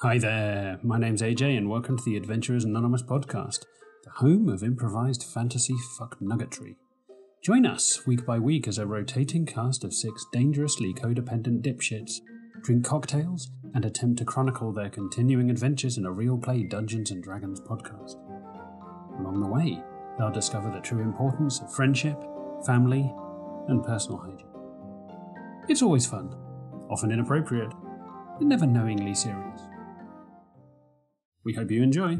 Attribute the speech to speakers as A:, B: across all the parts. A: Hi there, my name's AJ, and welcome to the Adventurers Anonymous podcast, the home of improvised fantasy fuck nuggetry. Join us week by week as a rotating cast of six dangerously codependent dipshits drink cocktails and attempt to chronicle their continuing adventures in a real play Dungeons and Dragons podcast. Along the way, they'll discover the true importance of friendship, family, and personal hygiene. It's always fun, often inappropriate, and never knowingly serious. We hope you enjoy.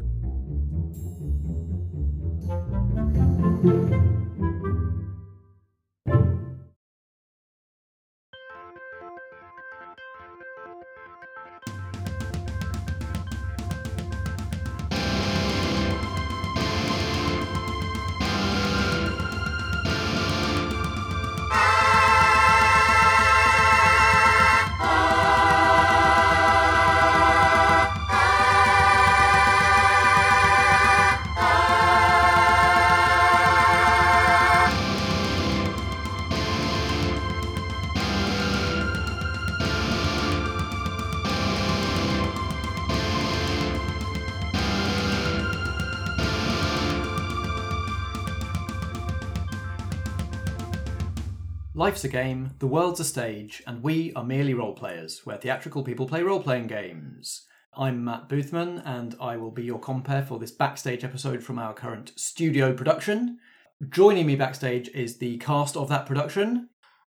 B: Life's a game, the world's a stage, and we are merely role players, where theatrical people play role playing games. I'm Matt Boothman, and I will be your compere for this backstage episode from our current studio production. Joining me backstage is the cast of that production.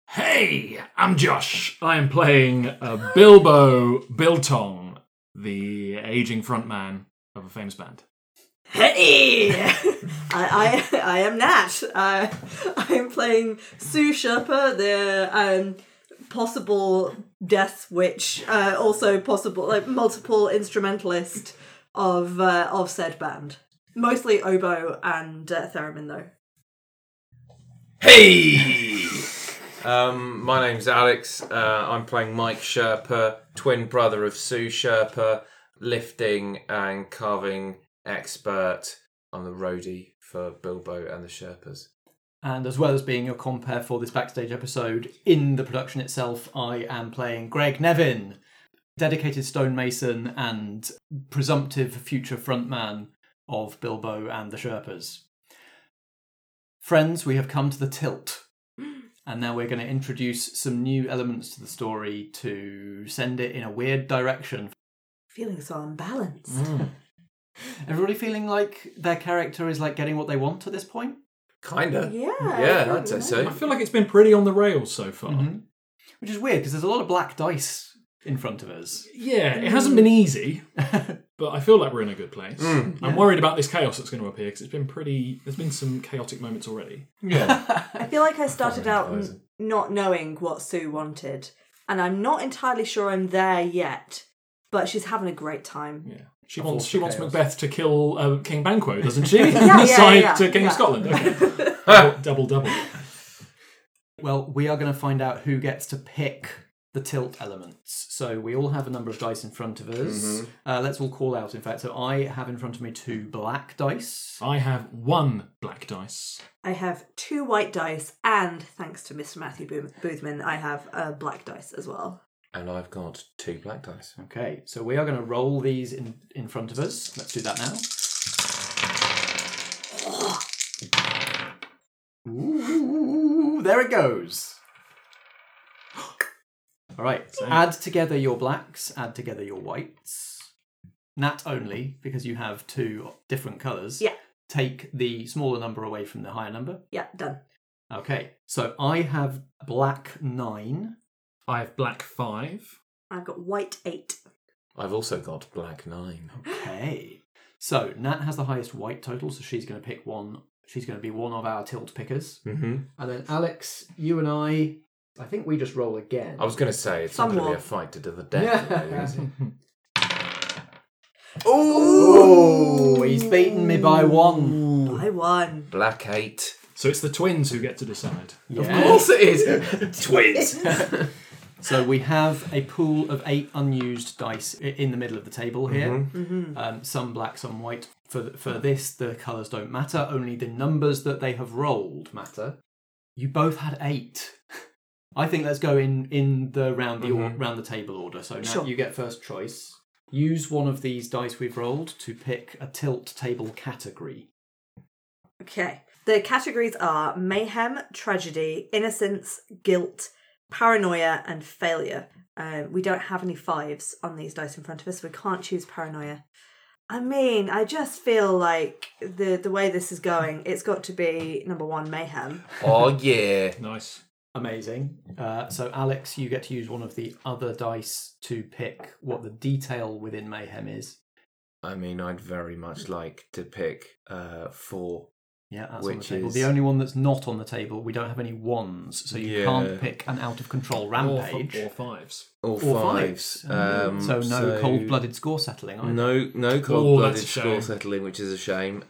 C: Hey, I'm Josh. I am playing uh, Bilbo Biltong, the aging frontman of a famous band.
D: Hey! I, I I am Nat. I I am playing Sue Sherpa, the um, possible death witch, uh, also possible like multiple instrumentalist of uh, of said band, mostly oboe and uh, theremin though.
E: Hey! um, my name's Alex. Uh, I'm playing Mike Sherpa, twin brother of Sue Sherpa, lifting and carving expert. I'm the roadie for Bilbo and the Sherpas.
B: And as well as being your compere for this backstage episode, in the production itself, I am playing Greg Nevin, dedicated stonemason and presumptive future frontman of Bilbo and the Sherpas. Friends, we have come to the tilt. And now we're going to introduce some new elements to the story to send it in a weird direction.
D: Feeling so unbalanced.
B: Everybody feeling like their character is like getting what they want at this point?
E: Kinda.
D: Yeah,
E: Yeah, I'd say
C: I
E: so.
C: feel like it's been pretty on the rails so far.
B: Which is weird because there's a lot of black dice in front of us.
C: Yeah, it hasn't been easy, but I feel like we're in a good place. I'm worried about this chaos that's going to appear because it's been pretty. There's been some chaotic moments already.
D: I feel like I started out n- not knowing what Sue wanted, and I'm not entirely sure I'm there yet. But she's having a great time.
C: Yeah, she wants
B: for
C: she wants
B: chaos.
C: Macbeth to kill uh, King Banquo, doesn't she?
D: yeah,
C: Side
D: yeah,
C: to King
D: yeah.
C: of Scotland. Okay, double, double double.
B: Well, we are going to find out who gets to pick the tilt elements. So we all have a number of dice in front of us. Uh, let's all call out, in fact. So I have in front of me two black dice.
C: I have one black dice.
D: I have two white dice, and thanks to Mr. Matthew Boom- Boothman, I have a black dice as well.
E: And I've got two black dice.
B: Okay, so we are going to roll these in, in front of us. Let's do that now. Ooh, there it goes. All right, add together your blacks, add together your whites. Nat only, because you have two different colours.
D: Yeah.
B: Take the smaller number away from the higher number.
D: Yeah, done.
B: Okay, so I have black nine.
C: I have black five.
D: I've got white eight.
E: I've also got black nine.
B: Okay. So Nat has the highest white total, so she's going to pick one. She's going to be one of our tilt pickers.
E: Mm-hmm.
B: And then Alex, you and I, I think we just roll again.
E: I was going to say it's not going to
D: Somewhat.
E: be a fight to the death.
B: Yeah.
E: really, is it?
B: Oh, he's beaten me by one.
D: I won.
E: Black eight.
C: So it's the twins who get to decide.
B: Yeah.
E: it is. Twins.
B: So we have a pool of eight unused dice i- in the middle of the table here. Um, some black, some white. For th- for this, the colours don't matter. Only the numbers that they have rolled matter. You both had eight. I think let's go in in the round the or round the table order. So now
D: Sure.
B: you get first choice. Use one of these dice we've rolled to pick a tilt table category.
D: Okay. The categories are mayhem, tragedy, innocence, guilt, paranoia, and failure. Uh, we don't have any fives on these dice in front of us. We can't choose paranoia. I mean, I just feel like the the way this is going, it's got to be number one mayhem.
E: Oh yeah.
C: Nice.
B: Amazing. Uh, so, Alex, you get to use one of the other dice to pick what the detail within mayhem is.
E: I mean, I'd very much like to pick uh, four.
B: Yeah, that's on the
E: Which
B: table.
E: is-
B: The only one that's not on the table, we don't have any ones, so you
E: Yeah.
B: can't pick an out of control
C: Or,
B: rampage
C: or fives.
E: All
B: or
E: fives. Um,
B: so no cold blooded score settling. either.
E: No, no cold blooded
C: that's a
E: score
C: shame.
E: settling, which is a shame.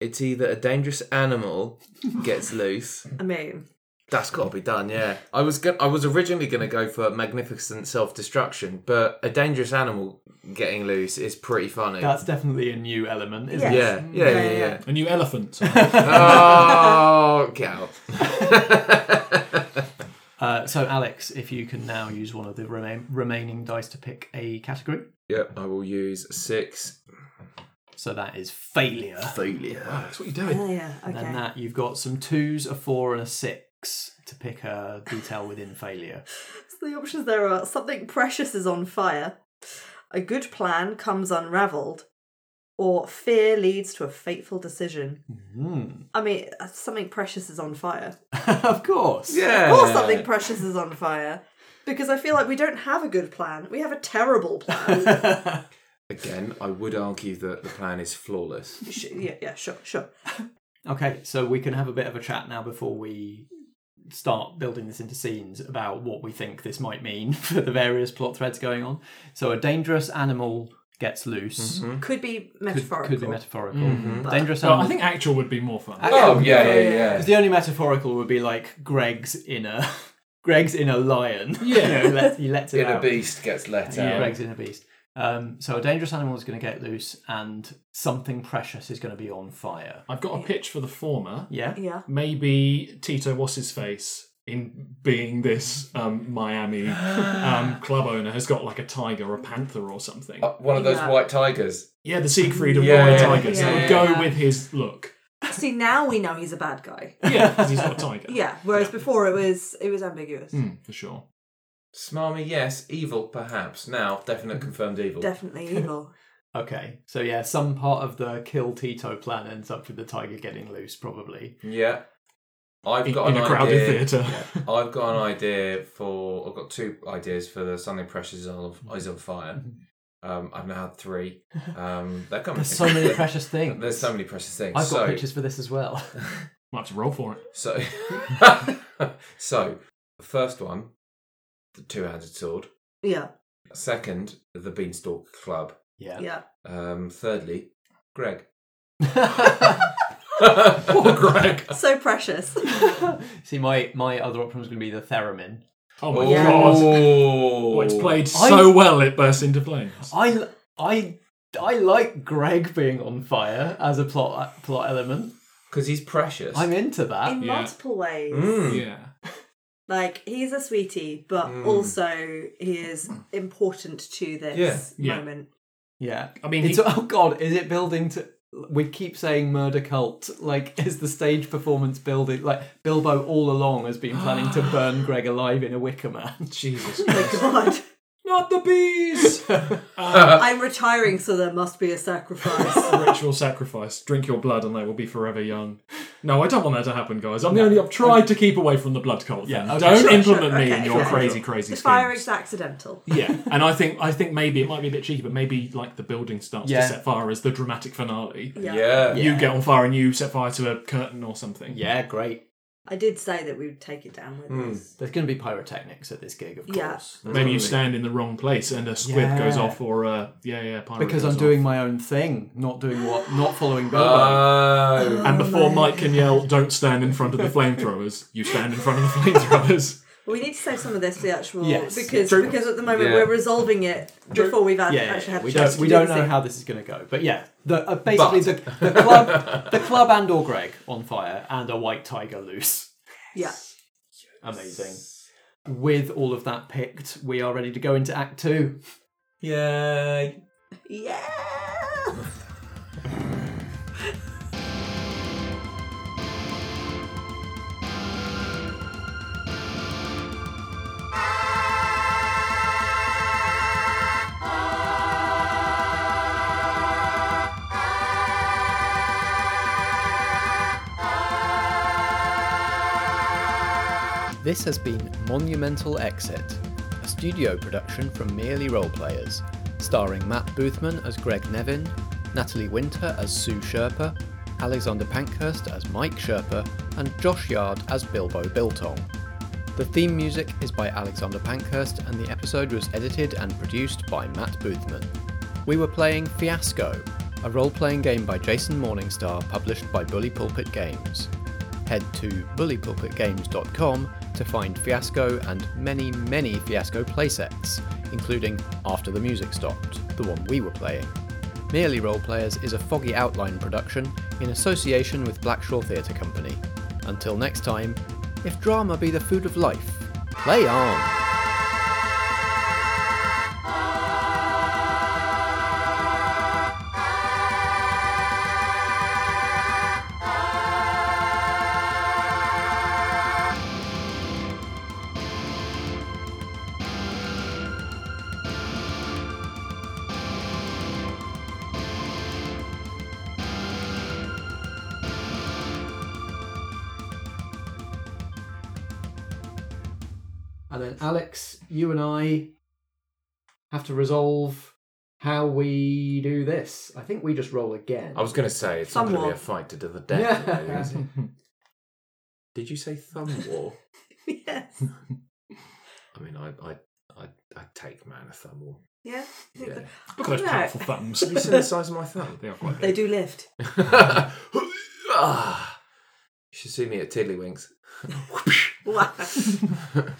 E: It's either a dangerous animal gets loose.
D: I mean,
E: That's got to be done, yeah. I was go- I was originally going to go for magnificent self destruction, but a dangerous animal getting loose is pretty funny.
B: That's definitely a new element, isn't
D: Yeah.
B: it?
E: yeah, yeah, yeah, yeah.
C: A new elephant.
E: oh, cow.
B: Uh, so, Alex, if you can now use one of the remain- remaining dice to pick a category.
E: yep, I will use six
B: So that is failure.
E: failure.
C: that's what you're doing.
D: oh yeah, okay.
B: And that you've got some twos, a four, and a six to pick a detail within failure.
D: So the options there are something precious is on fire, a good plan comes unraveled, or fear leads to a fateful decision. I mean, uh, something precious is on fire.
B: of course.
E: Yeah.
D: Or something precious is on fire. Because I feel like we don't have a good plan. We have a terrible plan.
E: Again, I would argue that the plan is flawless.
D: Sh- yeah, yeah, sure, sure.
B: Okay, so we can have a bit of a chat now before we start building this into scenes about what we think this might mean for the various plot threads going on. So a dangerous animal gets loose.
D: Could be
B: Could,
D: metaphorical.
B: could be metaphorical.
E: Mhm.
B: Dangerous
C: Mm-hmm. Well,
B: animal.
C: I think actual would be more fun.
E: Oh, yeah, yeah, yeah.
B: Because the only metaphorical would be like Greg's inner, Greg's inner lion.
C: Yeah.
B: you know, let, he lets it out.
E: beast gets let
B: Yeah.
C: Yeah.
B: Greg's inner beast. Um, so a dangerous animal is going to get loose, and something precious is going to be on fire.
C: I've got a pitch for the former.
B: Yeah.
D: yeah.
C: Maybe Tito, what's his face, in being this um, Miami um, club owner, has got like a tiger or a panther or something.
E: Uh, One of those
D: Yeah.
E: white tigers.
C: Yeah, the Siegfried of
E: Oh. Yeah,
C: Royal
E: yeah,
C: Tigers.
E: yeah,
C: that would
E: yeah,
C: go
D: yeah.
C: with his look.
D: See, now we know he's a bad guy.
C: Yeah, because he's got a tiger.
D: Yeah, whereas before it was it was ambiguous.
C: Hmm, for sure.
E: Smarmy, yes. Evil, perhaps. Now, definite
B: Mm-hmm.
E: confirmed evil.
D: Definitely evil.
B: Okay. So yeah, some part of the kill Tito plan ends up with the tiger getting loose, probably.
E: yeah. I've
C: In,
E: got
C: in
E: an
C: a crowded
E: idea.
C: theatre.
E: I've got an idea for. I've got two ideas for the Sunday Precious is on,
C: Mm-hmm.
E: is on fire. Um, I've now had three. Um, they're
B: Mm-hmm.
E: coming.
B: There's so many precious things.
E: There's so many precious things.
B: I've got
E: so,
B: pictures for this as well.
C: Might have to roll for it.
E: So, so the first one, the two-handed sword.
D: Yeah,
E: Second, the Beanstalk Club.
B: Yeah.
D: yeah.
E: Um, thirdly, Greg.
C: Poor Greg.
D: So precious.
B: See, my my other option was going to be the theremin.
C: Oh my
D: Yeah.
C: god.
E: Oh,
C: Oh, it's played so well it burst into flames.
B: I I I like Greg being on fire as a plot plot element.
E: because he's precious.
B: I'm into that.
D: In
C: Yeah.
D: multiple ways.
E: Mm.
C: Yeah.
D: Like he's a sweetie, but
E: Mm.
D: also he is important to this
C: Yeah, yeah.
D: moment.
B: Yeah.
C: I mean,
B: It's
C: he-
B: oh god, is it building to we keep saying murder cult. Like, is the stage performance building? Like, Bilbo all along has been planning to burn Greg alive in a Wicker Man.
C: Jesus.
D: Oh, God,
C: Not the bees!
D: I'm retiring, so there must be a sacrifice.
C: Ritual sacrifice. Drink your blood and they will be forever young. No, I don't want that to happen, guys. I'm the only. I've tried to keep away from the blood cult.
B: Yeah,
C: thing.
B: okay,
C: don't
B: sure,
C: implement
D: sure,
C: me in
D: okay,
C: your
D: sure,
C: crazy, crazy
D: the
C: schemes.
D: fire is accidental.
C: Yeah, and I think I think maybe it might be a bit cheeky, but maybe like the building starts
B: Yeah.
C: to set fire as the dramatic finale.
D: Yeah.
E: Yeah.
C: You get on fire and you set fire to a curtain or something.
B: Yeah, great.
D: I did say that we would take it down with
E: Mm.
D: us.
B: There's going to be pyrotechnics at this gig, of
D: Yeah.
B: course.
C: Maybe you stand in the wrong place and a squib
B: Yeah.
C: goes off, or a yeah, yeah, pirate
B: Because
C: goes
B: I'm
C: off.
B: doing my own thing, not doing what, not following Bilbo.
C: Uh,
E: Oh,
C: And before Mike can yell, "Don't stand in front of the flamethrowers," you stand in front of the flamethrowers.
D: Well, we need to save some of this for the actual
B: Yes,
D: because
B: true.
D: because at the moment
E: Yeah.
D: we're resolving it before we've had,
B: yeah, yeah,
D: actually
B: yeah.
D: had
B: we
D: a chance
B: don't
D: to
B: we
D: do
B: don't
D: the
B: know
D: thing.
B: how this is going to go, but yeah, the uh, basically the, the club, the club and or Greg on fire and a white tiger loose.
D: Yeah,
B: Amazing. With all of that picked, we are ready to go into Act Two.
E: yay!
D: Yeah!
B: This has been Monumental Exit, a studio production from Merely Roleplayers, starring Matt Boothman as Greg Nevin, Natalie Winter as Sue Sherpa, Alexander Pankhurst as Mike Sherpa, and Josh Yard as Bilbo Biltong. The theme music is by Alexander Pankhurst, and the episode was edited and produced by Matt Boothman. We were playing Fiasco, a role playing game by Jason Morningstar published by Bully Pulpit Games head to bullypulpitgames.com to find Fiasco and many, many Fiasco playsets, including After the Music Stopped, the one we were playing. Merely Roleplayers is a foggy outline production in association with Blackshaw Theatre Company. Until next time, if drama be the food of life, play on!
F: And then Alex, you and I have to resolve how we do this. I think we just roll again.
E: I was going to say it's not going to
D: Somewhat.
E: be a fight to the death.
F: Yeah.
E: really, is it? Did you say thumb war?
D: yes.
E: I mean, I I I, I take man a thumb war.
D: Yeah.
E: Yeah.
C: Look at those
D: No.
C: powerful thumbs.
E: Have you seen the size of my thumb?
C: they are quite
D: They
C: big.
D: do lift.
E: Ah, you should see me at Tiddlywinks.
D: Wow.